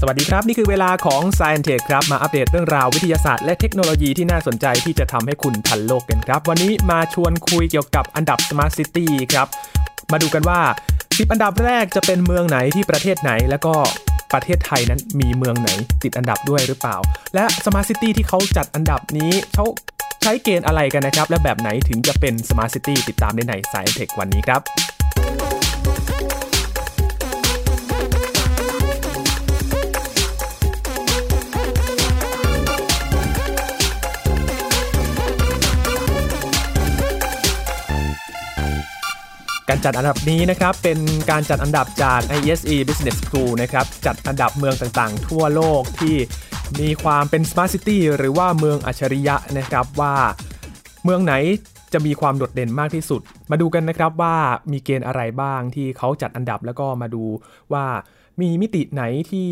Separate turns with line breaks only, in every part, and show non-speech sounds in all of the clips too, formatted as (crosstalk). สวัสดีครับ นี่คือเวลาของ s c i e n t e c h ครับ มาอัปเดตเรื่องราววิทยาศาสตร์และเทคโนโลยีที่น่าสนใจที่จะทำให้คุณทันโลกกันครับ วันนี้มาชวนคุยเกี่ยวกับอันดับ Smart City ครับ มาดูกันว่า 10 อันดับแรกจะเป็นเมืองไหนที่ประเทศไหน แล้วก็ประเทศไทยนั้นมีเมืองไหนติดอันดับด้วยหรือเปล่า และ Smart City ที่เขาจัดอันดับนี้เขาใช้เกณฑ์อะไรกันนะครับ และแบบไหนถึงจะเป็น Smart City ติดตามได้ใน s c i e n t e c h วันนี้ครับ การจัดอันดับนี้นะครับเป็นการจัดอันดับจาก ISE Business School นะครับจัดอันดับเมืองต่างๆ ทั่วโลกที่มีความเป็น Smart City หรือว่าเมืองอัจฉริยะนะครับว่า เมืองไหนจะมีความโดดเด่นมากที่สุด มาดูกันนะครับว่ามีเกณฑ์อะไรบ้างที่เขาจัดอันดับแล้วก็มาดูว่ามีมิติไหนที่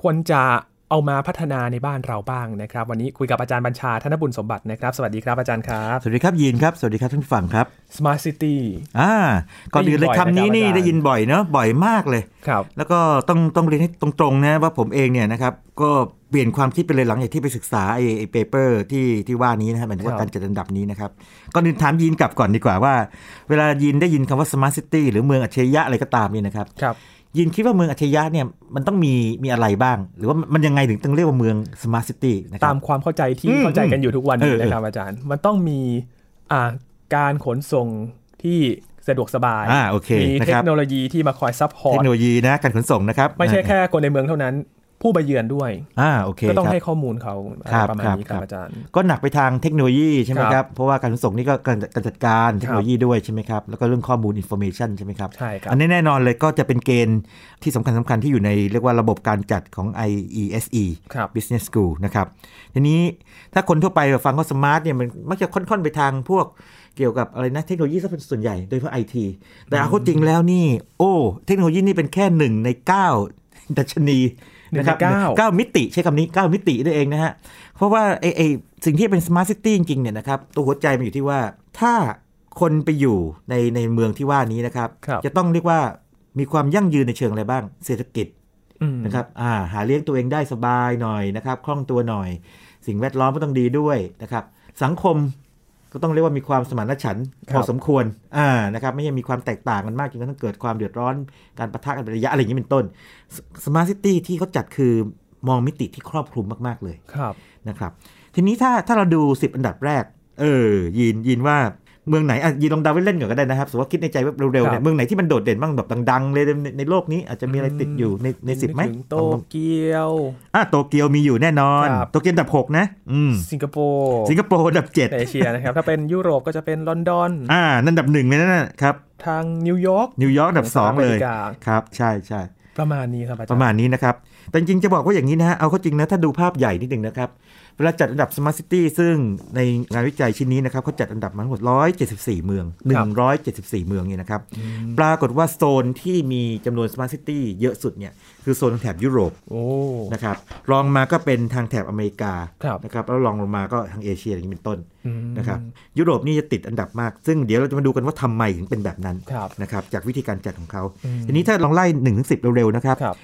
ควรจะเอามาพัฒนาในบ้านเราบ้างนะครับ วันนี้คุยกับอาจารย์บัญชาธนบุญสมบัตินะครับ สวัสดีครับอาจารย์ครับ
สวัสดีครับยีนครับ สวัสดีครับท่านผู้ฟังครับ
Smart City
อ่าก่อนอื่นเลย
ได้ยินบ่อย
คำนี้นี่
นะครับอาจารย์
ได้ยินบ่อยเนอะบ่อยมากเลย
ครับ
แล้วก็ต้องต้องเรียนให้ตรงๆนะว่าผมเองเนี่ยนะครับก็เปลี่ยนความคิดไปเลยหลังจากที่ไปศึกษาไอ้ไอ้เปเปอร์ที่ที่ว่านี้นะครับหมายถึงว่าการจัดอันดับนี้นะครับก่อนอื่นถามยีนกลับก่อนดีกว่าว่า เวลายีนได้ยินคำว่า smart city หรือเมืองอัจฉริยะอะไรก็ตามเนี่ยนะครับ
ครับ
ยีนคิดว่าเมืองอัจฉริยะเนี่ยมันต้องมีมีอะไรบ้าง หรือว่ามันยังไงถึงต้องเรียกว่าเมือง smart city นะครับ
ตามความเข้าใจที่
อืม
เข้าใจกันอยู่ทุกวันนี้
เออ
นะครับอาจารย์ มันต้องมีอ่าการขนส่งที่สะดวกสบาย
อ่าโอเค
มี
นะ
เท
ค
ครับ โนโลยีที่มาคอยซัพพอ
เท
ร์
ค
ต
โนโลยีนะการขนส่งนะครับ
ไม่ใช่แค่คนในเมืองเท่านั้น ผู้ไปเยือนด้วย
อ่าโอเค
ก็ต้อง
ครับ
ให้ข้อมูลเขาอะไร
ครับ
ประมาณนี้ค
ครั
รับบ อาจารย์
ก็หนักไปทางเทคโนโลยีใช่ไหม
ค
ค
รั
รับ บบเพราะว่าการขนส่งนี่ก็การการจัดการเทคโนโลยีด้วยใช่ไหมครับ แล้วก็เรื่องข้อมูลอินโฟเมชันใช่ไหมครับ
ใช่ครับ
อันนี้แน่นอนเลยก็จะเป็นเกณฑ์ที่สำคัญสำคัญที่อยู่ในเรียกว่าระบบการจัดของ IESE
ครับ
Business School นะครับ ทีนี้ถ้าคนทั่วไปฟังก็สมาร์ทเนี่ยมันมักจะค่อนๆไปทางพวกเกี่ยวกับอะไรนะเทคโนโลยีซะเป็นส่วนใหญ่โดยเฉพาะไอทีแต่เอาเข้าจริงแล้วนี่ โอ้เทคโนโลยีนี่เป็นแค่หนึ่งใน 9 ดัชนีนะครับ
หนึ่งในเก้า
เก้ามิติใช้คำนี้ 9 มิติด้วยเองนะฮะ เพราะว่าไอไอสิ่งที่เป็นสมาร์ทซิตี้จริงๆเนี่ยนะครับตัวหัวใจมันอยู่ที่ว่าถ้าคนไปอยู่ในในเมืองที่ว่านี้นะครับ
ครับ
จะต้องเรียกว่ามีความยั่งยืนในเชิงอะไรบ้าง เศรษฐกิจ
อืม
นะครับอ่าหาเลี้ยงตัวเองได้สบายหน่อยนะครับ คล่องตัวหน่อย สิ่งแวดล้อมก็ต้องดีด้วยนะครับ สังคมก็ต้องเรียกว่ามีความสมานฉันท์
ครับ
พอสมควรอ่านะครับไม่ใช่มีความแตกต่างกันมากจนกระทั่งเกิดความเดือดร้อน การประทะกันเป็นระยะอะไรอย่างนี้เป็นต้นสมาร์ทซิตี้ที่เขาจัดคือมองมิติที่ครอบคลุมมาก ๆ เลย
ครับ
นะครับ ทีนี้ถ้าถ้าเราดู 10 อันดับแรก เออยินยินว่าเมืองไหนอ่ะยินลองเดาไว้เล่นก่อนก็ได้นะครับสมมติว่าคิดในใจว่าเร็วๆ
ครั
เนี่ย
บ
เมืองไหนที่มันโดดเด่นบ้างแบบดังๆเลยในในในโลกนี้อาจจะมีอะไรติดอยู่ในในสิบไหม
นึกถึงโตเกียว
อ่ะโตเกียวมีอยู่แน่นอน
ครับ
โตเกียวอันดับ 6 นะอืม
สิงคโปร์
สิงคโปร์อันดับ
ในเอเชียนะครับ ถ้าเป็นยุโรปก็จะเป็นลอนดอน
7 อ่าอันดับหนึ่งเลยนะครับ
ทางนิวยอร์ก
นิวยอร์กอันดับ 2 เลย
สหรัฐอมริกา
ครับ ใช่ใช่
ประมาณนี้ครับอาจารย์
ประมาณนี้นะครับ แต่จริงๆจะบอกว่าอย่างนี้นะฮะ เอาเข้าจริงนะ ถ้าดูภาพใหญ่นิดหนึ่งนะครับ เวลาจัดอันดับ Smart City ซึ่งในงานวิจัยชิ้นนี้นะครับเขาจัดอันดับมาทั้งหมด 174 เมือง 174 เมืองเนี่ยนะครับ ปรากฏว่าโซนที่มีจำนวน Smart City เยอะสุดเนี่ยคือโซนแถบยุโรป
โอ้
นะครับรองมาก็เป็นทางแถบอเมริกา
ครับ
นะครับแล้วรองลงมาก็ทางเอเชียอย่างนี้เป็นต้น
อืม
นะครับยุโรปนี่จะติดอันดับมาก ซึ่งเดี๋ยวเราจะมาดูกันว่าทำไมถึงเป็นแบบนั้น
ครับ
นะครับจากวิธีการจัดของเขา
อืม
ทีนี้ถ้าลองไล่1นถึงสิเร็วๆนะครับ
ครับ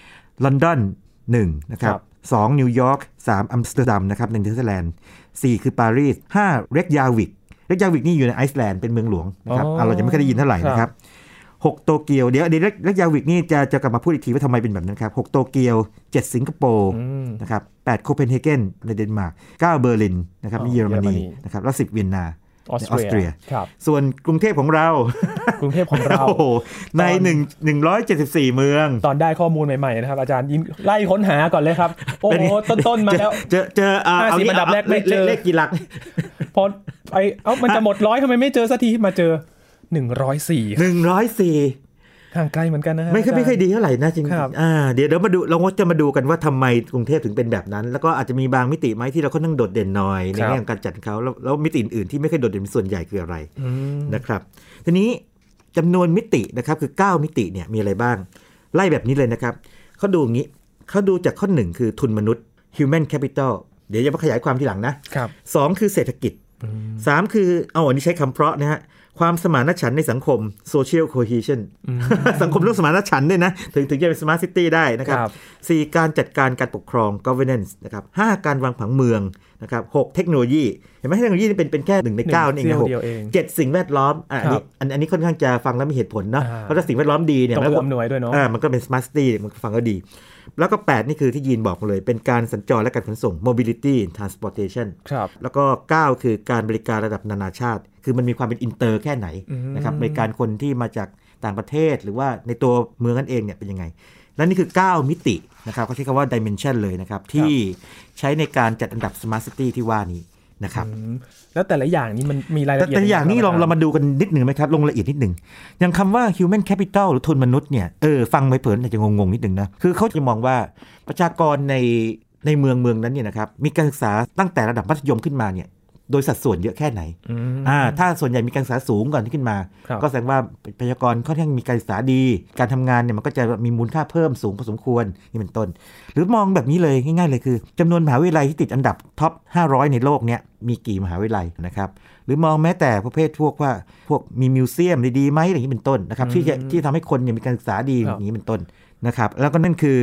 ลอนดอน1นะครั
ครับ บ
สองนิวยอร์กสามอัมสเตอร์ดัมนะครับในเนเธอร์แลนด์สี่คือปารีสห้าเรกยาวิกเรกยาวิกนี่อยู่ในไอซ์แลนด์เป็นเมืองหลวงนะครั
อ๋ออ่
บะเรายังไม่เคยได้ยินเท่าไหร่นะครับหกโตเกียวเดี๋ยวเดี๋ยวเรกยาวิกนี่จะจะกลับมาพูดอีกทีว่าทำไมเป็นแบบนั้นครับหกโตเกียวเจ็ดสิงคโปร์
อืม
นะครับ8โคเปนเฮเกนในเดนมาร์ก9เบอร์ลินนะครับ
อ๋อ
นี่เยอรม
เยอรมนี
นีนะครับแล้ว10เวียนนา
ออส
ออส
เต
เตรี
รีย
ย
ครับ
ส่วนกรุงเทพของเรา
กรุงเทพของเรา
โอ้โหใน1 174 เมือง
ตอนได้ข้อมูลใหม่ๆนะครับ อาจารย์ยินไล่ค้นหาก่อนเลยครับ โอ้
เป็น
โห
ไง
ต้นๆมาแล้ว
เจอเจออ่า
ห้าสิบ
งี้
อันดับแรกไม่เจอ
เลขกี่หลัก
พอไอเอ้ามันจะหมดร้อยทำไมไม่เจอสักทีมาเจอ 104
104
ห่างไกลเหมือนกันนะฮะ
ไม่เคย
อาจาร
ไม่เคยดีเท่าไหร่นะจริง
ครับ
อ่าเดี๋ยวเดี๋ยวมาดูเราก็จะมาดูกันว่าทำไมกรุงเทพถึงเป็นแบบนั้น แล้วก็อาจจะมีบางมิติไหมที่เราค่อนข้างโดดเด่นหน่อยในแง่ของการจัดเขาแล้วแล้วมิติอื่นๆที่ไม่เคยโดดเด่นเป็นส่วนใหญ่คืออะไร
อืม
นะครับทีนี้จำนวนมิตินะครับคือ 9 มิติเนี่ยมีอะไรบ้าง ไล่แบบนี้เลยนะครับเขาดูอย่างนี้เขาดูจากข้อ 1 คือทุนมนุษย์ human capital เดี๋ยวจะมาขยายความทีหลังนะ
ครับ
2 คือเศรษฐกิจ 3 คือเอาอันนี้ใช้คำเพราะนะฮะ ความสมานฉันท์ในสังคม social cohesion
อืม
สังคมเรื่องสมานฉันท์ด้วยนะ ถึงถึงจะเป็น smart city ได้นะครับ
ครับ
สี่การจัดการการปกครอง governance นะครับห้าการวางผังเมืองนะครับหกเทคโนโลยี เห็นไหมเทคโนโลยีนี่เป็นเป็นแค่หนึ่งในเก้าเอง
ห
นะ
ง
หก
เดียวเอง
เจ็ดสิ่งแวดล้อมอ่ะอันนี้อันอันนี้ค่อนข้างจะฟังแล้วมีเหตุผลเนาะ
อ่า
เพราะถ้าสิ่งแวดล้อมดีเนี่ย
ต้อง
แล้ว
เอื้
ก็
อมหน่วยด้วยเนาะ
อ่ามันก็เป็น smart city มันฟังก็ดี แล้วก็ 8 นี่คือที่ยีนบอกมาเลย เป็นการสัญจรและการขนส่ง mobility and transportation
ครับ
แล้วก็ 9 คือการบริการระดับนานาชาติ คือมันมีความเป็นอินเตอร์แค่ไหน
อืม
นะครับบริการคนที่มาจากต่างประเทศหรือว่าในตัวเมืองกันเองเนี่ยเป็นยังไง และนี่คือ 9 มิตินะครับเขาใช้คำว่า dimension เลยนะครับ ที่ใช้ในการจัดอันดับ smart city ที่ว่านี้นะครับ
อืมแล้วแต่ละอย่างนี้มันมีรายละ
แต่
เอียด
แต่อย่างนี้ลอง
ไ
เรามาดูกันนิดหนึ่งไหมครับ ลงละเอียดนิดหนึ่งอย่างคำว่า human capital หรือทุนมนุษย์เนี่ยเออฟังไปเผินอาจจะงงๆนิดหนึ่งนะ คือเขาจะมองว่าประชากรในในเมืองเมืองนั้นเนี่ยนะครับมีการศึกษาตั้งแต่ระดับมัธยมขึ้นมาเนี่ยโดยสัดส่วนเยอะแค่ไหน
อืม
อ่าถ้าส่วนใหญ่มีการศึกษาสูงก่อนที่ขึ้นมา
ครับ
ก็แสดงว่าประชากรค่อนข้างมีการศึกษาดี การทำงานเนี่ยมันก็จะมีมูลค่าเพิ่มสูงพอสมควรนี่เป็นต้น หรือมองแบบนี้เลยง่ายๆเลยคือจำนวนมหาวิทยาลัยที่ติดอันดับท็อป 500 ในโลกเนี่ยมีกี่มหาวิทยาลัยนะครับ หรือมองแม้แต่ประเภทพวกว่าพวกมีมิวเซียมดีๆไหมอย่างนี้เป็นต้นนะครับที่จะที่ทำให้คนเนี่ยมีการศึกษาดี
ค
อ
รับ
ย่างนี้เป็นต้นนะครับ แล้วก็นั่นคือ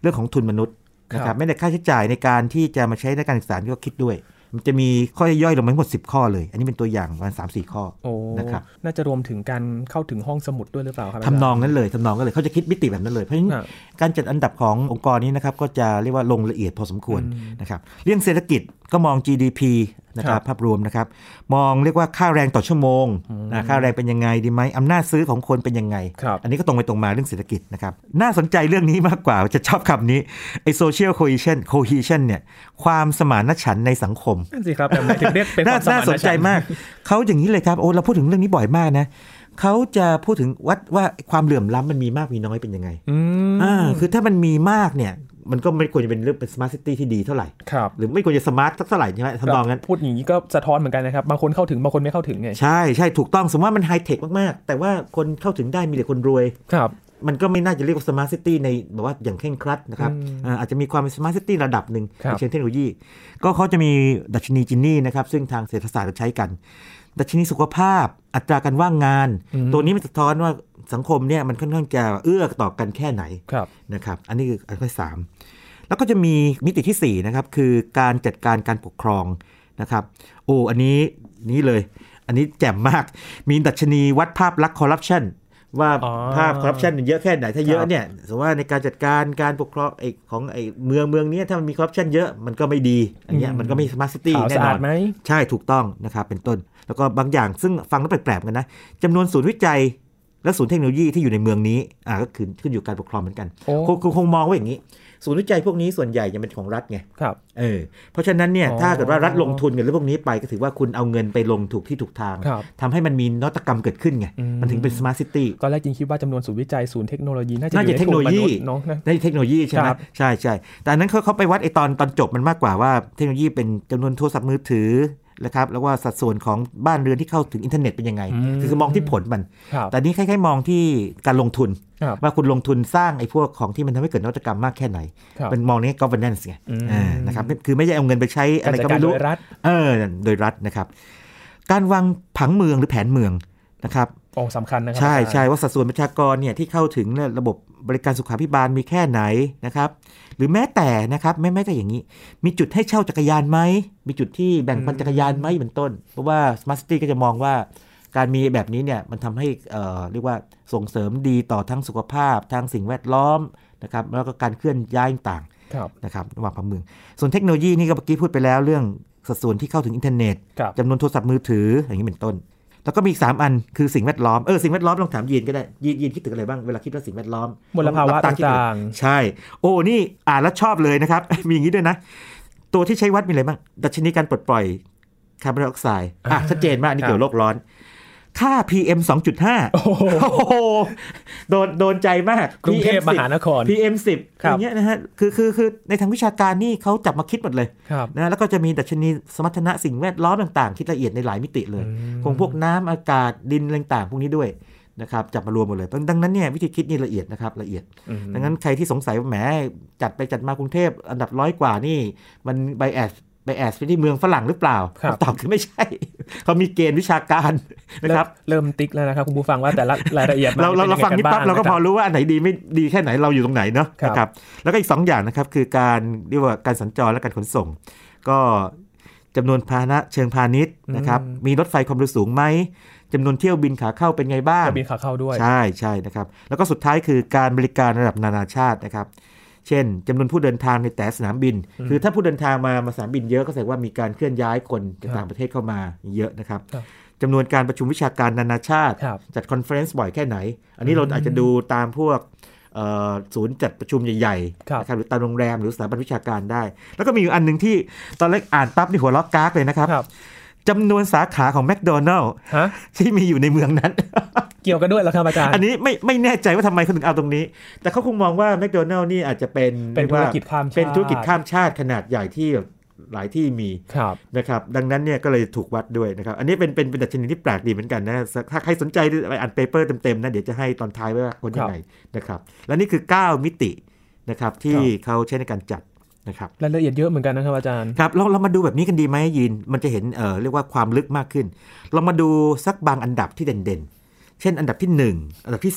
เรื่องของทุนมนุษย์นะค
ครั
รับบ ไม่แต่ค่าใช้จ่ายในการที่จะมาใช้ในการศึกษานี่ก็คิดด้วย มันจะมีข้อย่อยๆลงมาทั้งหมด 10 ข้อเลย อันนี้เป็นตัวอย่างประมาณ3-4 ข้อ
โอ้
นะครับ
น่าจะรวมถึงการเข้าถึงห้องสมุดด้วยหรือเปล่าครับาจารย์
ทำนองนั้นเลยทำนองนั้นเลยเขาจะคิดมิติแบบนั้นเลย เพราะฉะนั้น
อ่ะ
การจัดอันดับขององค์กรนี้นะครับก็จะเรียกว่าลงละเอียดพอสมควร
อืม
นะครับเรื่องเศรษฐกิจก็มอง GDP นะครั
ครับ บ
ภาพรวมนะครับมองเรียกว่าค่าแรงต่อชั่วโมงนะค่าแรงเป็นยังไงดีไหมอำนาจซื้อของคนเป็นยังไง
ครับ
อันนี้ก็ตรงไปตรงมาเรื่องเศรษฐกิจนะครับน่าสนใจเรื่องนี้มากกว่าจะชอบคำนี้ไอ้ social cohesion cohesion เนี่ยความสมานฉันท์ในสังคม
นั่นสิครับแบบไหนถึงเรียกเป็น
น่า
ความสมาน
น่าสนใจ
ฉัท์
มาก เขาอย่างนี้เลยครับ โอ้เราพูดถึงเรื่องนี้บ่อยมากนะ เขาจะพูดถึงวัดว่าความเหลื่อมล้ำมันมีมากมีน้อยเป็นยังไง
อืม
อ่า คือถ้ามันมีมากเนี่ย มันก็ไม่ควรจะเป็นเรื่องเป็นสมาร์ทซิตี้ที่ดีเท่าไหร่
ครับ
หรือไม่ควรจะสมาร์ทสักเท่าไหร่ใช่ไหมทำนองนั้น
พูดอย่างนี้ก็สะท้อนเหมือนกันนะครับ บางคนเข้าถึง บางคนไม่เข้าถึงไง
ใช่ใช่ถูกต้อง สมมติว่ามันไฮเทคมาก ๆ แต่ว่าคนเข้าถึงได้มีแต่คนรวย
ครับ
มันก็ไม่น่าจะเรียกว่าสมาร์ทซิตี้ในแบบว่าอย่างเคร่งครัดนะครับ
อืม
อ่าอาจจะมีความเป็นสมาร์ทซิตี้ระดับหนึ่ง
ครับ
ในเชิงเทคโนโลยี ก็เขาจะมีดัชนีจินนี่นะครับ ซึ่งทางเศรษฐศาสตร์จะใช้กัน ดัชนีสุขภาพ อัตราการว่างงาน ตัวนี้มันสะท้อนว่าสังคมเนี่ยมันค่อนข้างจะเอื้อต่อกันแค่ไหน
ครับ
นะครับ อันนี้คืออันที่สามแล้วก็จะมีมิติที่สี่นะครับคือการจัดการการปกครองนะครับ โอ้อันนี้นี้เลย อันนี้แจ่มมาก มีดัชนีวัดภาพลักษณ์คอร์รัปชันว่า
อ๋อ
ภาพคอร์รัปชัน เยอะแค่ไหนถ้าเย
ค
อะ
รับ
เนี่ยสมมติว่าในการจัดการการปกครองไอ้ของไอ้เมืองเมืองเนี้ยถ้ามันมีคอร์รัปชันเยอะมันก็ไม่ดีอันเนี้ยมันก็ไม่สมาร์ทซิตี้
ขาว
แน่
สะ
น
อา
อ
ด
น
ไหม
ใช่ถูกต้องนะครับเป็นต้น แล้วก็บางอย่างซึ่งฟังแล้วแปลกๆกันนะจำนวนศูนย์วิจัย และศูนย์เทคโนโลยีที่อยู่ในเมืองนี้อ่าก็ขึ้นขึ้นอยู่กับการปกครองเหมือนกัน
โอ้
คงคงคงมองว่าอย่างนี้ ศูนย์วิจัยพวกนี้ส่วนใหญ่จะเป็นของรัฐไง
ครับ
เออเพราะฉะนั้นเนี่ย
อ๋อ
ถ้าเกิดว่ารัฐลงทุนกับเรื่องพวกนี้ไปก็ถือว่าคุณเอาเงินไปลงถูกที่ถูกทาง
ครับ
ทำให้มันมีนวัตกรรมเกิดขึ้นไง
อืม
มันถึงเป็น smart city
ตอนแรกจริงคิดว่าจำนวนศูนย์วิจัยศูนย์เทคโนโลยีน่าจะ
น่า
อยู่
จะ
ใน
เทคโนโลยี
กลุ่มมษเนาะนะ
ได้เทคโนโลยีใช่ไหม
ครับ
ใช่ใช่แต่อันนั้นเขาเขาไปวัดไอตอนตอนจบมันมากกว่าว่าเทคโนโลยีเป็นจำนวนโทรศัพท์มือถือนะครับแล้วว่าสัดส่วนของบ้านเรือนที่เข้าถึงอินเทอร์เน็ตเป็นยังไง
อืม
คือมองที่ผลมัน
ครับ
แต่นี้คล้ายๆมองที่การลงทุน
ครับ
ว่าคุณลงทุนสร้างไอ้พวกของที่มันทำให้เกิดนวัตกรรมมากแค่ไหน
ครับ
เป็นมองในแง่ governance ไง
อืม
อ่านะครับคือไม่ใช่เอาเงินไปใช้อะ
การ
ไร
จัด
ก็
การ
ไม่
โด
รู้
ยรัฐ
เออโดยรัฐนะครับ การวางผังเมืองหรือแผนเมืองนะครับ
โอ้สำคัญนะครั
ใช่
อาจารย์
ใช่ว่าสัดส่วนประชากรเนี่ยที่เข้าถึงเนี่ยระบบบริการสุขาภิบาลมีแค่ไหนนะครับ หรือแม้แต่นะครับแม้แม้แต่อย่างนี้ มีจุดให้เช่าจักรยานไหมมีจุดที่แบ่งปันจักรยานไหมเป็นต้น เพราะว่าสมาร์ทซิตี้ก็จะมองว่า การมีแบบนี้เนี่ยมันทำให้เอ่อเรียกว่าส่งเสริมดีต่อทั้งสุขภาพทางสิ่งแวดล้อมนะครับแล้วก็การเคลื่อนย้ายต่าง
ครับ
นะครับระหว่างผังเมือง ส่วนเทคโนโลยีนี่ก็เมื่อกี้พูดไปแล้วเรื่องสัดส่วนที่เข้าถึงอินเทอร์เน็ต
ครับ
จำนวนโทรศัพท์มือถืออย่างนี้เป็นต้น แล้วก็มีอีกสามอันคือสิ่งแวดล้อมเออสิ่งแวดล้อมลองถามยีนก็ได้ยีนยีนคิดถึงอะไรบ้างเวลาคิดว่าสิ่งแวดล้อม
มลภาวะ
อง
ต
คิดดู
่าง
ใช่ โอ้นี่อ่านแล้วชอบเลยนะครับ (laughs) มีอย่างนี้ด้วยนะ ตัวที่ใช้วัดมีอะไรบ้างดัชนีการปลดปล่อยคาร์บอนไดออกไซด์อ่ะชัดเจนมากนี่เกี่ยวกับโลกร้อน ค่า PM 2.5
ๆ โอ้โห
โอ้โหโดนโดนใจมาก
กรุงเทพ
PM10
มหานคร
PM 10
ครั
อบ ย่างเงี้ยนะฮะคือคือคือในทางวิชาการนี่เขาจับมาคิดหมดเลย
ครับ
นะ แล้วก็จะมีดัชนีสมรรถนะสิ่งแวดล้อมต่างๆ คิดละเอียดในหลายมิติเลย
อืม
คงพวกน้ำอากาศดินอะไรต่างๆพวกนี้ด้วยนะครับจับมารวมหมดเลยดังนั้นเนี่ยวิธีคิดนี่ละเอียดนะครับละเอียด
อืม
ดังนั้นใครที่สงสัยว่าแหมจัดไปจัดมากรุงเทพอันดับร้อยกว่านี่ มันไบแอส ไปแอดไปที่เมืองฝรั่งหรือเปล่า
ครับ
ตอบคือไม่ใช่ (laughs) เขามีเกณฑ์วิชาการนะครับ
เริ่มติ๊กแล้วนะครับคุณผู้ฟังว่า
(laughs)
แต่ละรายละเอียดมัน
เราเรา
ป็
เรา
ยังไง
ฟังนิด
บ้
ปั๊บเราก็พอ
นะค
รู้ว่าอันไหนดีไม่ดีแค่ไหนเราอยู่ตรงไหนเนาะ
ครับ
นะครับแล้วก็อีก 2 อย่างนะครับคือการเรียกว่าการสัญจรและการขนส่ง ก็จำนวนพาหนะเชิงพาณิชย์นะครับมีรถไฟความเร็วสูงไหมจำนวนเที่ยวบินขาเข้าเป็นไงบ้าง
จะมีขาเข้าด้วย
ใช่ใช่นะครับ แล้วก็สุดท้ายคือการบริการระดับนานาชาตินะครับ เช่นจำนวนผู้เดินทางในแต่สนามบิน
อืม
คือถ้าผู้เดินทางมามาสนามบินเยอะก็แสดงว่ามีการเคลื่อนย้ายคนจาก
ครับ
ต่างประเทศเข้ามาเยอะนะครับ
ครับ
จำนวนการประชุมวิชาการนานาชาติ
ครับ
จัดคอนเฟรนซ์บ่อยแค่ไหน อันนี้เราอาจจะดูตามพวกเอ่อศูนย์จัดประชุมใหญ่
ครับ
ๆนะครับหรือตามโรงแรมหรือสถาบันวิชาการได้ แล้วก็มีอยู่อันหนึ่งที่ตอนแรกอ่านปั๊บนี่หัวล็อกกากเลยนะครับ
ครับ
จำนวนสาขาของแมคโดนัลล์
ฮะ
ที่มีอยู่ในเมืองนั้น
เกี่ยวกันด้วยเหรอครับอาจารย์
อันนี้ไม่ไม่แน่ใจว่าทำไมเขาถึงเอาตรงนี้ แต่เขาคงมองว่าแม d โดนัล s นี่อาจจะเป็น
เป็นธุรกิจ
เรีย
ข้ามชา
ว่า
ติ
เป็นธุรกิจข้ามชาติขนาดใหญ่ที่แบบหลายที่มี
ครับ
นะครับ ดังนั้นเนี่ยก็เลยถูกวัดด้วยนะครับ อันนี้เป็นเป็นเป็นดัชนีที่แปลกดีเหมือนกันนะ ถ้าใครสนใจไปอ่านเปเปอร์เต็มๆนะ เดี๋ยวจะให้ตอนท้ายไว้ว่าคนยังไงนะครับ และนี่คือ 9 มิตินะครับที่
ครับ
เขาใช้ในการจัดนะครับ
รายละเอียดเยอะเหมือนกันนะครับอาจารย์
ครับเราเรามาดูแบบนี้กันดีไหมยิน มันจะเห็นเออเรียกว่าความลึกมากขึ้น เรามาดูสักบางอันดับที่เด่นๆ เช่นอันดับที่ 1 อันดับที่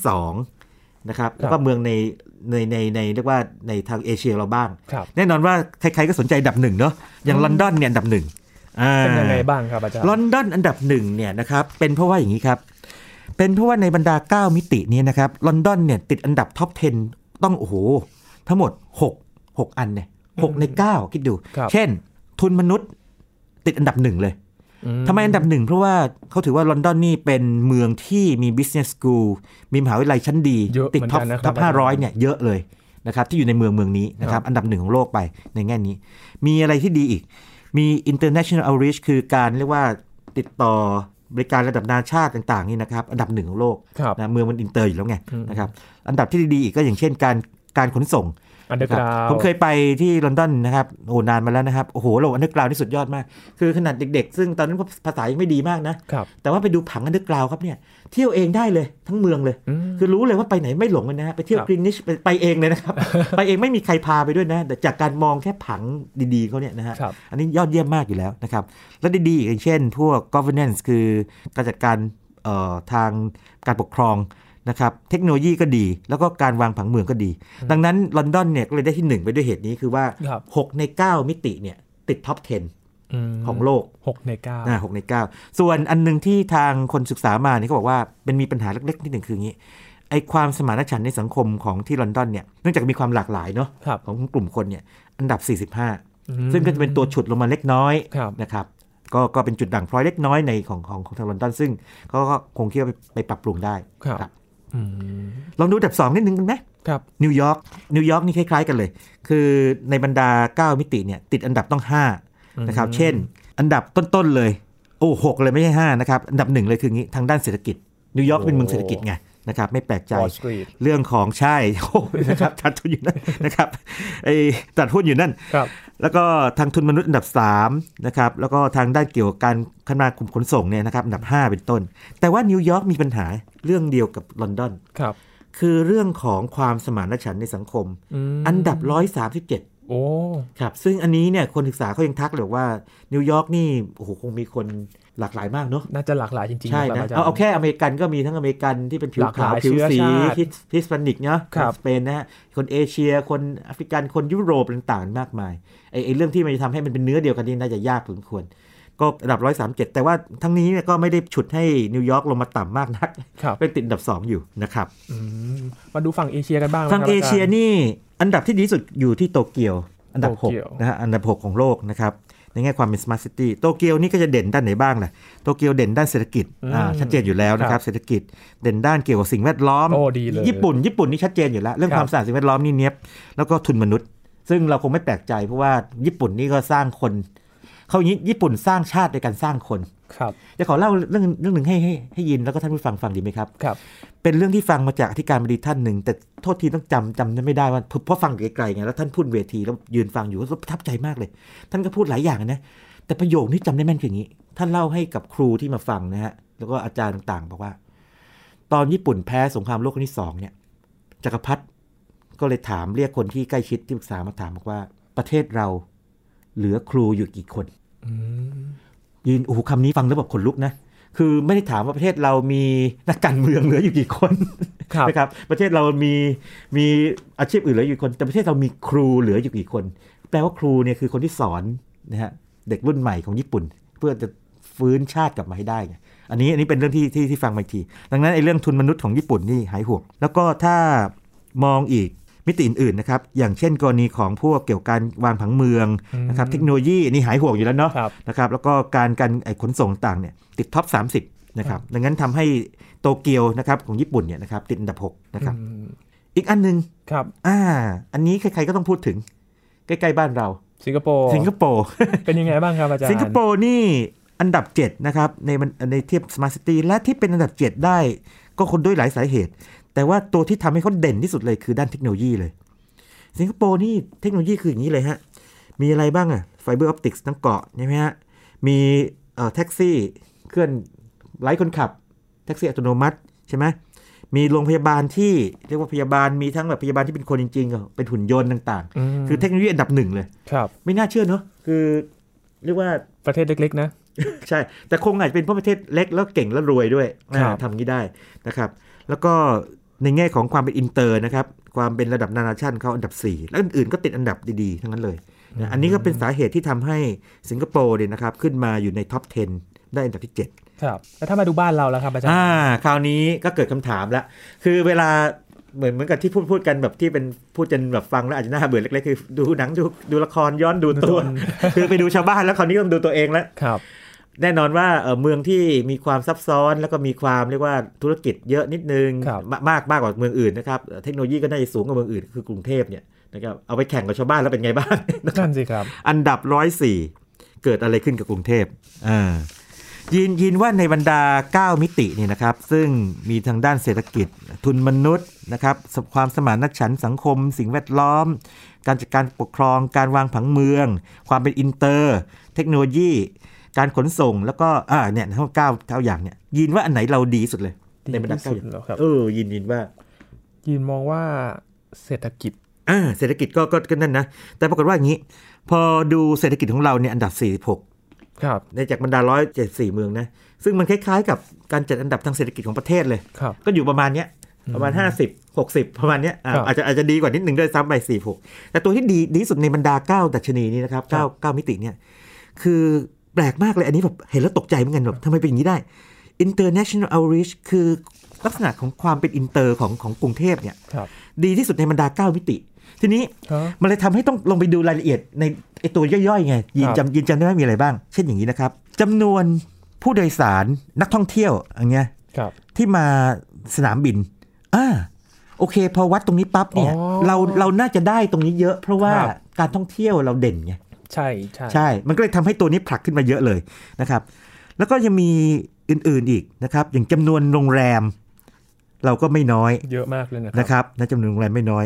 2นะครับแล้วก็เมืองในในในในเรียกว่าในทางเอเชียเราบ้าง
ครับ
แน่นอนว่าใครๆก็สนใจอันดับหนึ่งเนาะอย่างลอนดอนเนี่ยอันดับหนึ่งอ่า
เป็นยังไงบ้างครับอาจารย์
ลอนดอนอันดับหนึ่งเนี่ยนะครับเป็นเพราะว่าอย่างนี้ครับ เป็นเพราะว่าในบรรดา 9 มิตินี้นะครับลอนดอนเนี่ยติดอันดับท็อป 10 ต้องโอ้โห ทั้งหมด 6 6 อันเนี่ยหกใน 9 คิดดู
ครับ
เช่น ทุนมนุษย์ติดอันดับหนึ่งเลย
อื
ทำไมอันดับหนึ่งเพราะว่าเขาถือว่าลอนดอนนี่เป็นเมืองที่มี business school มีมหาวิทยาลัยชั้นดี
เยอะ
ติด
เหมือน
ท็อป
กันนะครับ
ท็อป
อาจารย์
500เนี่ยเยอะเลยนะครับที่อยู่ในเมืองเมืองนี้นะครับอันดับหนึ่งของโลกไปในแง่นี้ มีอะไรที่ดีอีก มี international outreach คือการเรียกว่าติดต่อบริการระดับนานาชาติต่างๆนี่นะครับ อันดับหนึ่งของโลก
ครับ
นะเมืองมันอินเตอร์อยู่แล้วไง
อืม
นะครับอันดับที่ดีๆอีกก็อย่างเช่นการการขนส่ง
อันเดอร์ก
ครับ
ราว
ผมเคยไปที่ลอนดอนนะครับโอ้โหนานมาแล้วนะครับ โอ้โหเราอันเดอร์กราวนี่สุดยอดมาก คือขนาดเด็กๆ ซึ่งตอนนั้นภาษายังไม่ดีมากนะ
ครับ
แต่ว่าไปดูผังอันเดอร์กราวครับเนี่ยเที่ยวเองได้เลยทั้งเมืองเลย
อืม
คือรู้เลยว่าไปไหนไม่หลงเลยนะฮะไปเที่ยว
ครับ
กรีนิชไปไปเองเลย
(laughs)
นะครับ ไปเองไม่มีใครพาไปด้วยนะ แต่จากการมองแค่ผังดีๆเขาเนี่ยนะฮะ
ครับ
อันนี้ยอดเยี่ยมมากอยู่แล้วนะครับ และดีๆอีกอย่างเช่น พวก governance คือการจัดการเอ่อทางการปกครองนะครับเทคโนโลยีก็ดี แล้วก็การวางผังเมืองก็ดี ดังนั้นลอนดอนเนี่ยก็เลยได้ที่ 1 ไปด้วยเหตุนี้คือว่า
ครับ
6 ใน 9 มิติเนี่ยติดท็อป
ม
10 ของโลก
หกในเก้า
อ่าหกในเก้าส่วนอันหนึงที่ทางคนศึกษามาเนี่ยเขาบอกว่ามันมีปัญหาเล็กๆนิดหนึ่งคืออย่างนี้ไอความสมานฉันท์ในสังคมของที่ลอนดอนเนี่ยเนื่องจากมีความหลากหลายเนาะ
ครับ
ของกลุ่มคนเนี่ยอันดับ
อืม
45 ซึ่งก็จะเป็นตัวฉุดลงมาเล็กน้อย
ครับ
นะครับก็ก็เป็นจุดด่างพร้อยเล็กน้อยในของของของทางลอนดอนซึ่งเขาก็คงคิดว่าไปไปปรับปรุงได้
ครับ
ครับ
อืม
ลองดูอันดับ 2 นิดนึงนะครับ นิวยอร์กนิวยอร์กนี่คล้ายๆกันเลย คือในบรรดา 9 มิติเนี่ยติดอันดับต้อง 5 นะครับ เช่น อันดับต้น ๆ เลย โอ้หกเลยไม่ใช่ห้านะครับ อันดับหนึ่งเลยคืองี้ทางด้านเศรษฐกิจ นิวยอร์ก
โอ้
เป็นเมืองเศรษฐกิจไงนะครับ ไม่แปลกใจ
วอลสตรีท
เรื่องของใช่ (laughs) โอ้นะครับจัดทุนอยู่นั่นนะครับไอ้จัดหุ้นอยู่นั่น
ครับ
แล้วก็ทางทุนมนุษย์อันดับ3นะครับ แล้วก็ทางด้านเกี่ยวกับการคมนาคมขนส่งเนี่ยนะครับอันดับ 5 เป็นต้น แต่ว่านิวยอร์กมีปัญหาเรื่องเดียวกับลอนดอน
ครับ
คือเรื่องของความสมานฉันท์ในสังคม
ม
อันดับ 137
โอ้
ครับซึ่งอันนี้เนี่ยคนศึกษาเขายังทักเลยว่านิวยอร์กนี่โอ้โหคงมีคนหลากหลายมากเนาะ
น่าจะหลากหลายจริงๆ
ใช่
ครั
นะ
บจรย์
เอาเอาแค่อเมริกันก็มีทั้งอเมริกันที่เป็นผิว
หลากห
ขา
ลายว
ผิวสี
เชื้อชาติ
ฮิสฮิสปานิกเนาะ
ครับ
สเปนนะฮะคนเอเชีย คนแอฟริกันคนยุโรปต่างๆมากมายไอไอเรื่องที่มันจะทำให้มันเป็นเนื้อเดียวกันนี่น่าจะยากพอสมควร ก็ระดับ 137 แต่ว่าทั้งนี้เนี่ยก็ไม่ได้ฉุดให้นิวยอร์กลงมาต่ำมากนัก
ครับ
เป็นติดอันดับสองอยู่นะครับ
อืมมาดูฝั่งเอเชียกันบ้างไหม
ทาง
ครับ
เอ
จร
เชียนี่อันดับที่ดีที่สุดอยู่ที่โตเกียว อันดับ
โตเกียว
6นะฮะอันดับ 6 ของโลกนะครับในแง่ความเป็นสมาร์ทซิตี้โตเกียวนี่ก็จะเด่นด้านไหนบ้างล่ะโตเกียวเด่นด้านเศรษฐกิจอ่าชัดเจนอยู่แล้วนะครับเศรษฐกิจเด่นด้านเกี่ยวกับสิ่งแวดล้อม
โอ้ดีเลย
ญี่ปุ่น ญี่ปุ่นนี่ชัดเจนอยู่แล้ว เรื่อง
ครับ
ความสะอาดสิ่งแวดล้อมนี่เนี้ยบแล้วก็ทุนมนุษย์ ซึ่งเราคงไม่แปลกใจเพราะว่าญี่ปุ่นนี่ก็สร้างคนเขาอย่างนี้ญี่ปุ่นสร้างชาติโดยการสร้างคน
ครับ
จะขอเล่าเรื่องเรื่องหนึ่งให้ให้ให้ยินแล้วก็ท่านผู้ฟังฟังดีไหมครับ
ครับ
เป็นเรื่องที่ฟังมาจากอธิการบดีท่านหนึ่ง แต่โทษทีต้องจำจำไม่ได้ว่าเพราะฟังอยู่ไกลๆไงแล้วท่านพูดเวทีแล้วยืนฟังอยู่ก็ประทับใจมากเลย ท่านก็พูดหลายอย่างนะ แต่ประโยคนี้จำได้แม่นคืออย่างนี้ ท่านเล่าให้กับครูที่มาฟังนะฮะแล้วก็อาจารย์ต่างๆ บอกว่า ตอนญี่ปุ่นแพ้สงครามโลกครั้งที่สองเนี่ยจักรพรรดิก็เลยถามเรียกคนที่ใกล้ชิดที่ปรึกษามาถามบอกว่าประเทศเรา เหลือครูอยู่กี่คน ยืนโอ้โหคำนี้ฟังแล้วแบบขนลุกนะ คือไม่ได้ถามว่าประเทศเรามีนักการเมืองเหลืออยู่กี่คน
ครับ
นะครับ ประเทศเรามีมีอาชีพอื่นเหลืออยู่กี่คน แต่ประเทศเรามีครูเหลืออยู่กี่คน แปลว่าครูเนี่ยคือคนที่สอนนะฮะเด็กรุ่นใหม่ของญี่ปุ่น เพื่อจะฟื้นชาติกลับมาให้ได้ไงอันนี้อันนี้เป็นเรื่องที่ที่ที่ฟังมาอีกที ดังนั้นไอ้เรื่องทุนมนุษย์ของญี่ปุ่นนี่หายห่วงแล้วก็ถ้ามองอีกมิติอื่นๆนะครับอย่างเช่นกรณีของพวกเกี่ยวกับการวางผังเมืองนะครับเทคโนโลยีนี่หายห่วงอยู่แล้วเนาะ
ครับ
นะครับแล้วก็การการไอ้ขนส่งต่างเนี่ยติดท็อป 30 นะครับ ดังนั้นทำให้โตเกียวนะครับของญี่ปุ่นเนี่ยนะครับติดอันดับ 6 นะครับ
อืม
อีกอันหนึง
ครับ
อ่า อันนี้ใครๆก็ต้องพูดถึง ใกล้ ๆ บ้านเรา
สิงคโปร์
สิงคโปร์
เป็นยังไงบ้างครับอาจารย์
สิงคโปร์นี่อันดับ 7 นะครับ ในมันในเทียบสมาร์ทซิตี้และที่เป็นอันดับ 7 ได้ก็คนด้วยหลายสาเหตุ แต่ว่าตัวที่ทำให้เขาเด่นที่สุดเลยคือด้านเทคโนโลยีเลย สิงคโปร์นี่เทคโนโลยีคืออย่างนี้เลยฮะ มีอะไรบ้างอะไฟเบอร์ออปติกส์ทั้งเกาะใช่ไหมฮะ มีเอ่อแท็กซี่เคลื่อนไร้คนขับ แท็กซี่อัตโนมัติใช่ไหมมีโรงพยาบาลที่เรียกว่าพยาบาลมีทั้งแบบพยาบาลที่เป็นคนจริงๆอ่ะเป็นหุ่นยนต์ต่าง
ม
ๆ คือเทคโนโลยีอันดับหนึ่งเลย
ครับ
ไม่น่าเชื่อเนอะคือเรียกว่า
ประเทศเล็กๆนะ
ใช่ แต่คงอาจจะเป็นเพราะประเทศเล็กแล้วเก่งแล้วรวยด้วยอ่า
ครับ
ทำงี้ได้นะครับ แล้วก็ในแง่ของความเป็นอินเตอร์นะครับ ความเป็นระดับนานาชาติเขาอันดับ 4 แล้วอื่นๆก็ติดอันดับดีๆ ทั้งนั้นเลยนะอันนี้ก็เป็นสาเหตุที่ทำให้สิงคโปร์เนี่ยนะครับ ขึ้นมาอยู่ในท็อป 10 ได้อันดับที่ 7
ครับแล้วถ้ามาดูบ้านเราแล้วครับอาจารย์
อ่าคราวนี้ก็เกิดคำถามละคือเวลาเหมือนเหมือนกับที่พูดพูดกันแบบที่เป็นพูดจนแบบฟังแล้วอาจจะน่าเบื่อเล็กๆคือดูหนังดูดูละครย้อนดูตัวคือไปดูชาวบ้านแล้วคราวนี้ต้องดูตัวเองแล้ว
ครับ
แน่นอนว่าเอ่อเมืองที่มีความซับซ้อนแล้วก็มีความเรียกว่าธุรกิจเยอะนิดนึงมามากมากกว่าเมืองอื่นนะครับเอ่อเทคโนโลยีก็น่าจะสูงกว่าเมืองอื่น คือกรุงเทพเนี่ยนะครับเอาไปแข่งกับชาวบ้านแล้วเป็นไงบ้าง
นั่นสิครับ
อันดับร้อยสี่เกิดอะไรขึ้นกับกรุงเทพอ่ายินยินว่าในบรรดา 9 มิติเนี่ยนะครับ ซึ่งมีทางด้านเศรษฐกิจ ทุนมนุษย์นะครับสความสมานฉันท์สังคม สิ่งแวดล้อม การจัดการปกครอง การวางผังเมือง ความเป็นอินเตอร์ เทคโนโลยี การขนส่งแล้วก็อ่าเนี่ยทั้งเก้าเก้าอย่างเนี่ยยินว่าอันไหนเราดีสุดเลยในบรรดาเก้าอย่าง
ดีที่สุดเหรอครับ
เออยินยินว่า
ยินมองว่าเศรษฐกิจ
อ่าเศรษฐกิจก็ก็ก็นั่นนะ แต่ปรากฏว่าอย่างนี้ พอดูเศรษฐกิจของเราเนี่ยอันดับ 46
ครับ
ในจากบรรดา 174 เมืองนะ ซึ่งมันคล้ายๆกับการจัดอันดับทางเศรษฐกิจของประเทศเลย
ครับ
ก็อยู่ประมาณเนี้ยประมาณ 50 60 ประมาณเนี้ยอ่า
ครับ
อาจจะอาจจะดีกว่านิดหนึ่งด้วยซ้ำไป 46 แต่ตัวที่ดีดีที่สุดในบรรดา 9 ดัชนีนี้นะครับ9 9มิติเนี่ยคือแปลกมากเลยอันนี้แบบเห็นแล้วตกใจเหมือนกันแบบทำไมเป็นอย่างนี้ได้ international outreach คือลักษณะของความเป็นอินเตอร์ของของกรุงเทพเนี่ย
ครับ
ดีที่สุดในบรรดา 9 มิติ ทีนี้
ฮะ
มันเลยทำให้ต้องลงไปดูรายละเอียดในไอตัวย่อยๆไงยิน
ครับ
จำยินจำได้ไหมมีอะไรบ้าง เช่นอย่างนี้นะครับจำนวนผู้โดยสารนักท่องเที่ยวอย่างเงี้ย
ครับ
ที่มาสนามบินอ่าโอเค พอวัดตรงนี้ปั๊บเนี่ย
อ๋อ
เราเราน่าจะได้ตรงนี้เยอะ เพราะว่า
ครับ
การท่องเที่ยวเราเด่นไง
ใช่ใช่
ใช่ มันก็เลยทำให้ตัวนี้ผลักขึ้นมาเยอะเลยนะครับ แล้วก็ยังมีอื่นๆอีกนะครับ อย่างจำนวนโรงแรม เราก็ไม่น้อย
เยอะมากเลยนะ
นะ
ค
ครับ รับนะจำนวนโรงแรมไม่น้อย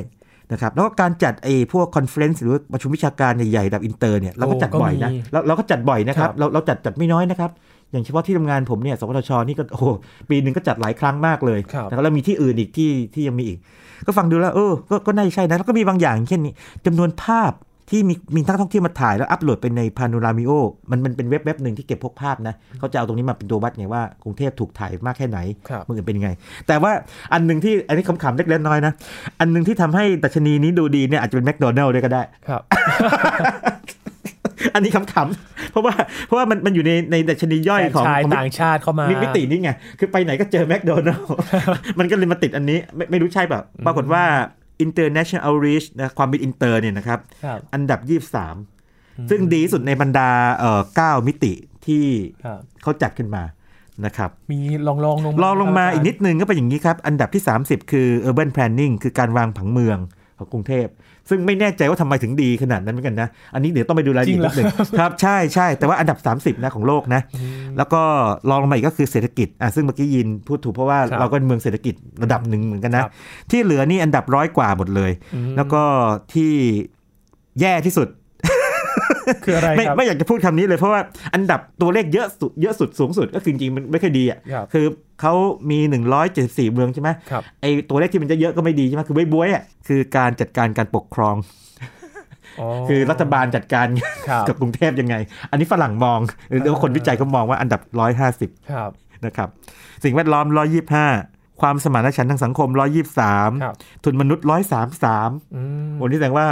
นะครับ แล้วก็การจัดไอ้พวกคอนเฟรนซ์หรือว่าประชุมวิชาการใหญ่ๆระดับอินเตอร์เนี่ยเราก็จัดบ่อยนะ
ก็มี
เราเราก็จัดบ่อยนะครับ
ครับ
เราเราจัดจัดไม่น้อยนะครับ อย่างเฉพาะที่ทำงานผมเนี่ยสวทชนี่ก็โอ้โหปีหนึ่งก็จัดหลายครั้งมากเลยนะครับแล้วมีที่อื่นอีกที่ที่ยังมีอีก ก็ฟังดูแล้วเออก็ก็น่าจะใช่นะแล้วก็มีบางอย่างเช่นนี้จำนวนภาพที่มีมีนักท่องเที่ยวมาถ่ายแล้วอัปโหลดไปในพาโนรามิโอมันมันเป็นเว็บเว็บหนึ่งที่เก็บพวกภาพนะเขาจะเอาตรงนี้มาเป็นตัววัดไงว่ากรุงเทพถูกถ่ายมากแค่ไหน
ครับ
มืออื่นเป็นยังไง แต่ว่าอันหนึ่งที่อันนี้คำๆเล็กๆน้อยๆนะ อันหนึ่งที่ทำให้ดัชนีนี้ดูดีเนี่ยอาจจะเป็นแม d โดนัล s ด้วยก็ได้
ครับ
อันนี้คำๆ (laughs) เพราะว่าเพราะว่ามันมันอยู่ในในดัชนีย่อยของ
ชาย
ของ
ต่างชาติเข้ามา
มี
มี
มิตินี่ไง คือไปไหนก็เจอแม d โดนัล s (laughs) มันก็เลยมาติดอันนี้ไม่ไม่รู้ใช่แบบปรากฏว่า international outreach นะความเป็นอินเตอร์เนี่ยนะครับ
ครับ
อันดับ 23 ซึ่งดีที่สุดในบรรดาเอ่อเก้ามิติที่
ครับ
เขาจัดขึ้นมานะครับ
มีลองลองลง
ลองลงมา
ครับ
อีกนิดนึงก็เป็นอย่างนี้ครับ อันดับที่ 30 คือ urban planning คือการวางผังเมืองของกรุงเทพ ซึ่งไม่แน่ใจว่าทำไมถึงดีขนาดนั้นเหมือนกันนะ อันนี้เดี๋ยวต้องไปดูรายละเอียดนิดนึงครับ ใช่ใช่แต่ว่าอันดับ 30 นะของโลกนะ แล้วก็ลองลงมาอีกก็คือเศรษฐกิจอ่ะซึ่งเมื่อกี้ยินพูดถูกเพราะว่าเราก็เป็นเมืองเศรษฐกิจระดับหนึ่งเหมือนกันนะ ที่เหลือนี่อันดับร้อยกว่าหมดเลย แล้วก็ที่แย่ที่สุด
คืออะไร
ไม่
ครับ
ไม่อยากจะพูดคำนี้เลยเพราะว่าอันดับตัวเลขเยอะสุดเยอะสุดสูงสุดก็คือจริงๆมันไม่ค่อยดีอ่ะ
ครับ
คือเขามี 174 เมืองใช่ไหม
ครับ
ไอตัวเลขที่มันจะเยอะๆก็ไม่ดีใช่ไหมคือไว้บวยอ่ะคือการจัดการการปกครอง คือรัฐบาลจัดการ
ครับ
กับกรุงเทพยังไง อันนี้ฝรั่งมอง หรือว่าคนวิจัยเขามองว่าอันดับ
ครับ
150 นะครับ สิ่งแวดล้อม 125 ความสมานฉันท์ทางสังคม
ครับ
123 ทุนมนุษย์ 133
อืม
วันนี้แสดงว่า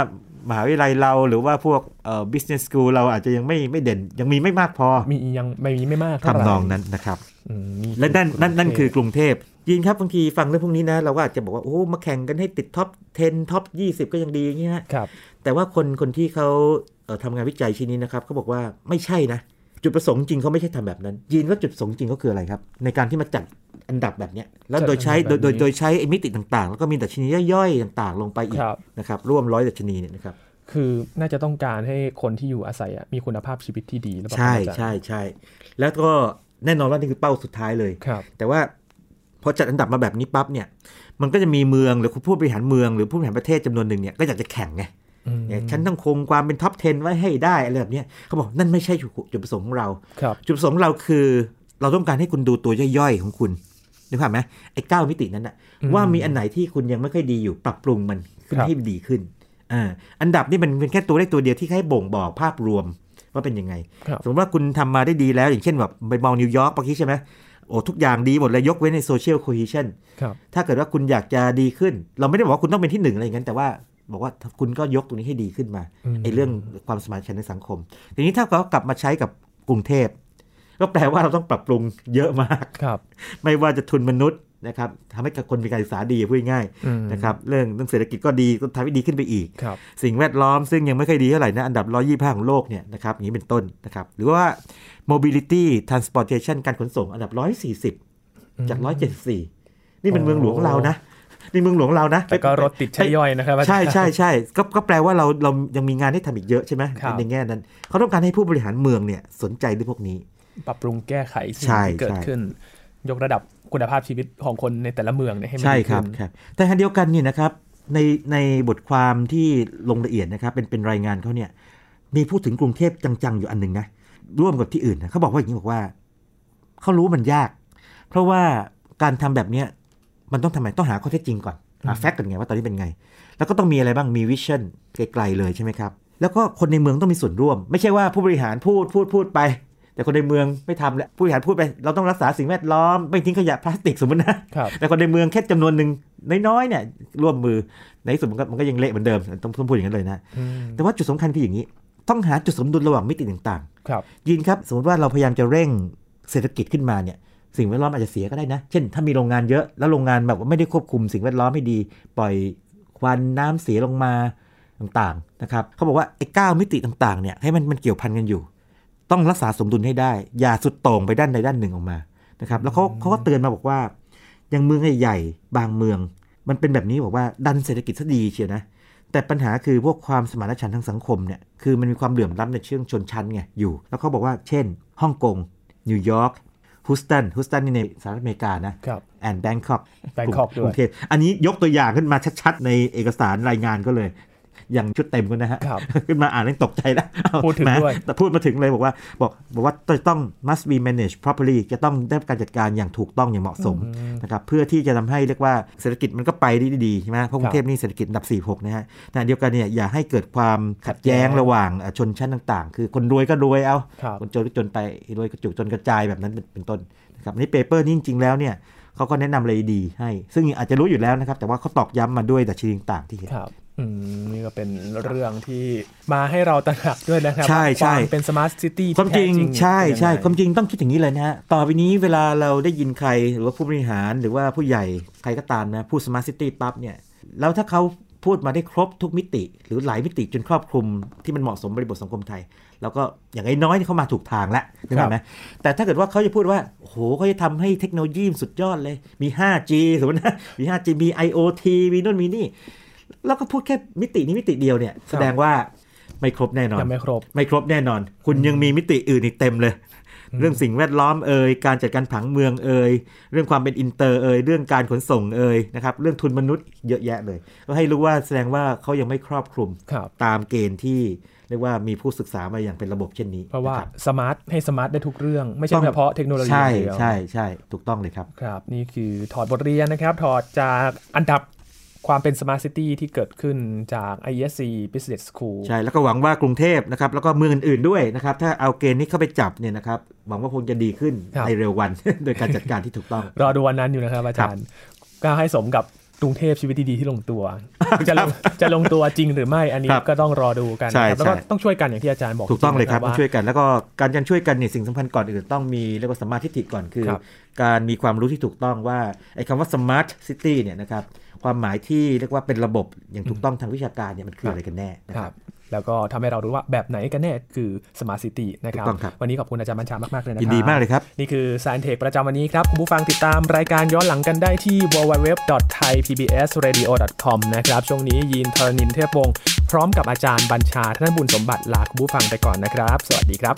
มหาวิทยาลัยเราหรือว่าพวกเอ่อ business school เราอาจจะยังไม่ไม่เด่น ยังมีไม่มากพอ
มียังไม่มีไม่มากเท่าไหร่
ทำนองนั้นนะครับ
อืมมี
และนั่นนั่นนั่น
โเ
คือกรุงเทพยินครับบางทีฟังเรื่องพวกนี้นะ เราก็อาจจะบอกว่าโอ้มาแข่งกันให้ติดท็อป 10 ท็อป 20 ก็ยังดีอย่างเงี้ยฮะ
ครับ
แต่ว่าคนคนที่เขาเอ่อทำงานวิจัยชิ้นนี้นะครับเขาบอกว่าไม่ใช่นะ จุดประสงค์จริงเขาไม่ใช่ทำแบบนั้น ยินว่าจุดประสงค์จริงเขาคืออะไรครับ ในการที่มาจัดอันดับแบบเนี้ยแล้วโดยใช้โดยโดยโดยใช้ไอ้มิติต่างๆ แล้วก็มีดัชนีย่อยๆต่างๆ ลงไปอี
ค
ก
รับ
นะครับร่วมร้อยดัชนีเนี่ยนะครับ
คือน่าจะต้องการให้คนที่อยู่อาศัยอะมีคุณภาพชีวิตที่ดีหรือเปล่า
ใช่
อาจารย์
ใช่ใช่แล้วก็แน่นอนว่านี่คือเป้าสุดท้ายเลย
ครับ
แต่ว่าพอจัดอันดับมาแบบนี้ปั๊บเนี่ย มันก็จะมีเมืองหรือผู้บริหารเมืองหรือผู้บริหารประเทศจำนวนหนึ่งเนี่ยก็อยากจะแข่งไง
อืม
เนี่ยฉันต้องคงความเป็นท็อป 10 ไว้ให้ได้อะไรแบบเนี้ยเขาบอกนั่นไม่ใช่จุดประสงค์ของเรา
ครับ
จุดประสงค์ของเราคือเราต้องการให้คุณดูตัวย่อยๆของคุณนึกภาพไหมไอ้เก้ามิตินั้นอะ
อืม
ว่ามีอันไหนที่คุณยังไม่ค่อยดีอยู่ปรับปรุงมันขึ้น
ครับ
ให้ดีขึ้นอ่าอันดับนี่มันเป็นแค่ตัวเลขตัวเดียวที่ให้บ่งบอกภาพรวมว่าเป็นยังไง
ครับ
สมมติว่าคุณทำมาได้ดีแล้ว อย่างเช่นแบบไปมองนิวยอร์กเมื่อกี้ใช่ไหมโอ้ทุกอย่างดีหมดเลยยกเว้นในโซเชียลโคฮิชัน
ครับ
ถ้าเกิดว่าคุณอยากจะดีขึ้น เราไม่ได้บอกว่าคุณต้องเป็นที่หนึ่งอะไรอย่างนั้น แต่ว่าบอกว่าคุณก็ยกตรงนี้ให้ดีขึ้นมา
ม
ไอ้เรื่องความสมานฉันท์ในสังคมทีนี้ถ้าเขากลับมาใช้กับกรุงเทพก็แปลว่าเราต้องปรับปรุงเยอะมาก (laughs)
ครับ
ไม่ว่าจะทุนมนุษย์นะครับทำให้คนมีการศึกษาดีพูดง่าย
อืม
ๆนะครับเรื่องเรื่องเศรษฐกิจก็ดีก็ทำให้ดีขึ้นไปอีก
ครับ
สิ่งแวดล้อมซึ่งยังไม่ค่อยดีเท่าไหร่นะ อันดับ 125 ของโลกเนี่ยนะครับอย่างนี้เป็นต้นนะครับ หรือว่า mobility transportation การขนส่งอันดับ 140 จาก 174 นี่เป็น
โอ้
เมืองหลวงเรานะ นี่เมืองหลวงเรานะ
แต่ก็รถติดใช่ย่อยนะครับอาจาร
ใช่
ย์
ใช่ใช่ก็ก็แปลว่าเราเรายังมีงานให้ทำอีกเยอะใช่ไหม
ครับ
ในแง่นั้น เขาต้องการให้ผู้บริหารเมืองเนี่ยสนใจด้วยพวกนี้
ปรับปรุงแก้ไขสิ่ง
ใช่
ที่เกิ
ใช่
ดขึ้น ยกระดับคุณภาพชีวิตของคนในแต่ละเมืองเนี่ยให้มัน
ใช่
ดี
ค
ขึ้
รับ
น
ครับแต่ขณะเดียวกันเนี่ยนะครับในในบทความที่ลงละเอียดนะครับเป็นเป็นรายงานเขาเนี่ยมีพูดถึงกรุงเทพจังๆ อยู่อันหนึ่งนะร่วมกับที่อื่นนะเขาบอกว่าอย่างนี้บอกว่าเขารู้มันยาก เพราะว่าการทำแบบเนี้ยมันต้องทำไมต้องหาข้อเท็จจริงก่อนหาแฟกต์กันไงว่าตอนนี้เป็นไง แล้วก็ต้องมีอะไรบ้างมีวิชั่นไกลๆเลยใช่ไหมครับ แล้วก็คนในเมืองต้องมีส่วนร่วม ไม่ใช่ว่าผู้บริหารพูดพูดพูดไป แต่คนในเมืองไม่ทำแล้วผู้บริหารพูดไป เราต้องรักษาสิ่งแวดล้อมไม่ทิ้งขยะพลาสติกสมมตินะ
ครับ
แต่คนในเมืองแค่จำนวนหนึ่งน้อยๆเนี่ยร่วมมือในที่สุดมันก็มันก็ยังเละเหมือนเดิมต้องต้องพูดอย่างนั้นเลยนะ
อืม
แต่ว่าจุดสำคัญคืออย่างนี้ ต้องหาจุดสมดุลระหว่างมิติต่าง
ครับ
ๆ ยินครับ สมมติว่าเราพยายามจะเร่งเศรษฐกิจขึ้นมาเนี่ยสิ่งแวดล้อมอาจจะเสียก็ได้นะ เช่น ถ้ามีโรงงานเยอะแล้วโรงงานแบบว่าไม่ได้ควบคุมสิ่งแวดล้อมให้ดี ปล่อยควันน้ำเสียลงมาต่างๆนะครับเขาบอกว่าไอ้เก้ามิติต่างๆเนี่ยให้มันมันเกี่ยวพันกันอยู่ ต้องรักษาสมดุลให้ได้ อย่าสุดโต่งไปด้านใดด้านหนึ่งออกมานะครับแล้วเขาเขาก็เตือนมาบอกว่า อย่างเมืองใหญ่ๆบางเมือง มันเป็นแบบนี้บอกว่าดันเศรษฐกิจซะดีเชียวนะ แต่ปัญหาคือพวกความสมานฉันท์ทางสังคมเนี่ยคือมันมีความเหลื่อมล้ำในเชิงชนชั้นไงอยู่ แล้วเขาบอกว่าเช่นฮ่องกงนิวยอร์กฮูสตันฮูสตันนี่ในสหรัฐอเมริกานะครับ แอนแบงคอก
Bangkok ด้วย
กรุงเทพอันนี้ยกตัวอย่างขึ้นมาชัดๆ ในเอกสารรายงานก็เลย อย่างชุดเต็มก็นะ (laughs) ฮะ
ครับ
ขึ้นมาอ่านแล้วตกใจแล้วเอา
พูดถึง
แหม
ด้วย
แต่พูดมาถึงเลยบอกว่าบอกบอกว่าต้อง must be managed properly จะต้องได้รับการจัดการอย่างถูกต้องอย่างเหมาะสมนะครับเพื่อที่จะทำให้เรียกว่าเศรษฐกิจมันก็ไปได้ดีๆใช่ไหมเพราะกรุงเทพนี่เศรษฐกิจอันดับ 46 นะฮะแต่เดียวกันเนี่ยอย่าให้เกิดความขัดแย้งระหว่างเอ่อชนชั้นต่างๆ คือคนรวยก็รวยเอา
ครับ
คนจนก็จนไปรวยก็จุกจนกระจายแบบนั้นเป็นเป็นต้นนะครับอันนี้เปเปอร์นี่จริงๆแล้วเนี่ยเขาก็แนะนำเลยดีให้ ซึ่งอาจจะรู้อยู่แล้วนะครับ แต่ว่าเขาตอกย้ำมาด้วยดัชนีต่างๆที่เห็น
ครับอืมนี่ก็เป็นเรื่องที่มาให้เราตระหนักด้วยนะครับ
ใช่ใช่
ความเป็นสมาร์ทซิตี้
ความจริงใช่ใช่
ค
ความวามจริงต้องคิดอย่างนี้เลยนะฮะ ต่อไปนี้เวลาเราได้ยินใครหรือว่าผู้บริหารหรือว่าผู้ใหญ่ใครก็ตามนะ พูดสมาร์ทซิตี้ปั๊บเนี่ย แล้วถ้าเขาพูดมาได้ครบทุกมิติ หรือหลายมิติจนครอบคลุมที่มันเหมาะสมบริบทสังคมไทย แล้วก็อย่างน้อยๆนี่เขามาถูกทางแล้วนึกออกไหมแต่ถ้าเกิดว่าเขาจะพูดว่าโอ้โหเขาจะทำให้เทคโนโลยีสุดยอดเลยมี 5G สมมตินะมี 5G มี IoT มีนู่นมีนี่แล้วก็พูดแค่มิตินี้มิติเดียวเนี่ยแสดงว่าไม่ครบแน่นอน
ยังไม่ครบ
ไม่ครบแน่นอน คุณยังมีมิติอื่นอีกเต็มเลย เรื่องสิ่งแวดล้อมเอ่ย การจัดการผังเมืองเอ่ย เรื่องความเป็นอินเตอร์เอ่ย เรื่องการขนส่งเอ่ยนะครับ เรื่องทุนมนุษย์เยอะแยะเลย ก็ให้รู้ว่าแสดงว่าเขายังไม่ครอบคลุม
ครับ
ตามเกณฑ์ที่เรียกว่ามีผู้ศึกษามาอย่างเป็นระบบเช่นนี้
เพราะว่าน
คบ
สมาร์ทให้สมาร์ทได้ทุกเรื่อง ไม่
ต้
ใช่
อง
เฉพาะเทคโนโลยีอ
ใช่
ย่างเดียว
ใช่ใช่ถูกต้องเลยครับ
ครับ นี่คือถอดบทเรียนนะครับ ถอดจากอันดับ ความเป็น Smart City ที่เกิดขึ้นจาก ISC Business School
ใช่ แล้วก็หวังว่ากรุงเทพนะครับ แล้วก็เมืองอื่นๆด้วยนะครับ ถ้าเอาเกณฑ์นี้เข้าไปจับเนี่ยนะครับ หวังว่าคงจะดีขึ้น
ครับ
ในเร็ววัน (laughs) โดยการจัดการที่ถูกต้อง
รอดูวันนั้นอยู่นะครับอาจารย์ก็ให้สมกับกรุงเทพชีวิตดีๆที่ลงตัว
(laughs)
จะลงจะลงตัวจริงหรือไม่อันนี้
ครับ
ก็ต้องรอดูกัน
ใช่
นะครับแล้วก็
ใช่
ต้องช่วยกันอย่างที่อาจารย์บอก
ถูกต้องเลยครับ
จงๆนะ
ต้อง
ว่า
ช่วยกัน แล้วก็การจะช่วยกันเนี่ยสิ่งสำคัญก่อนอื่นต้องมีเรียกว่าสมมาทิฏฐิก่อนคือ
ครับ
การมีความรู้ที่ถูกต้องว่าไอ้คำว่า smart city เนี่ยนะครับความหมายที่เรียกว่าเป็นระบบอย่างถูกต้องทางวิชาการเนี่ยมันคื
ค
อ
รับ
อะไรกันแน่นะ
ค
ค
รั
รับ
บแล้วก็ทำให้เรารู้ว่าแบบไหนกันแน่คือ Smart City นะครับ
ถูกต้องครับ
วันนี้ขอบคุณอาจารย์บัญชามาก ๆ เลยนะครับ
ยินดีมากเลยครับ
นี่คือ s ายเทคประจำวันนี้ครับ คุณผู้ฟังติดตามรายการย้อนหลังกันได้ที่ www.thaipbsradio.com นะครับ ช่วงนี้ยีนทรณินเทพวงศ์พร้อมกับอาจารย์บัญชาท่านบุญสมบัติลาคุณผู้ฟังไปก่อนนะครับ สวัสดีครับ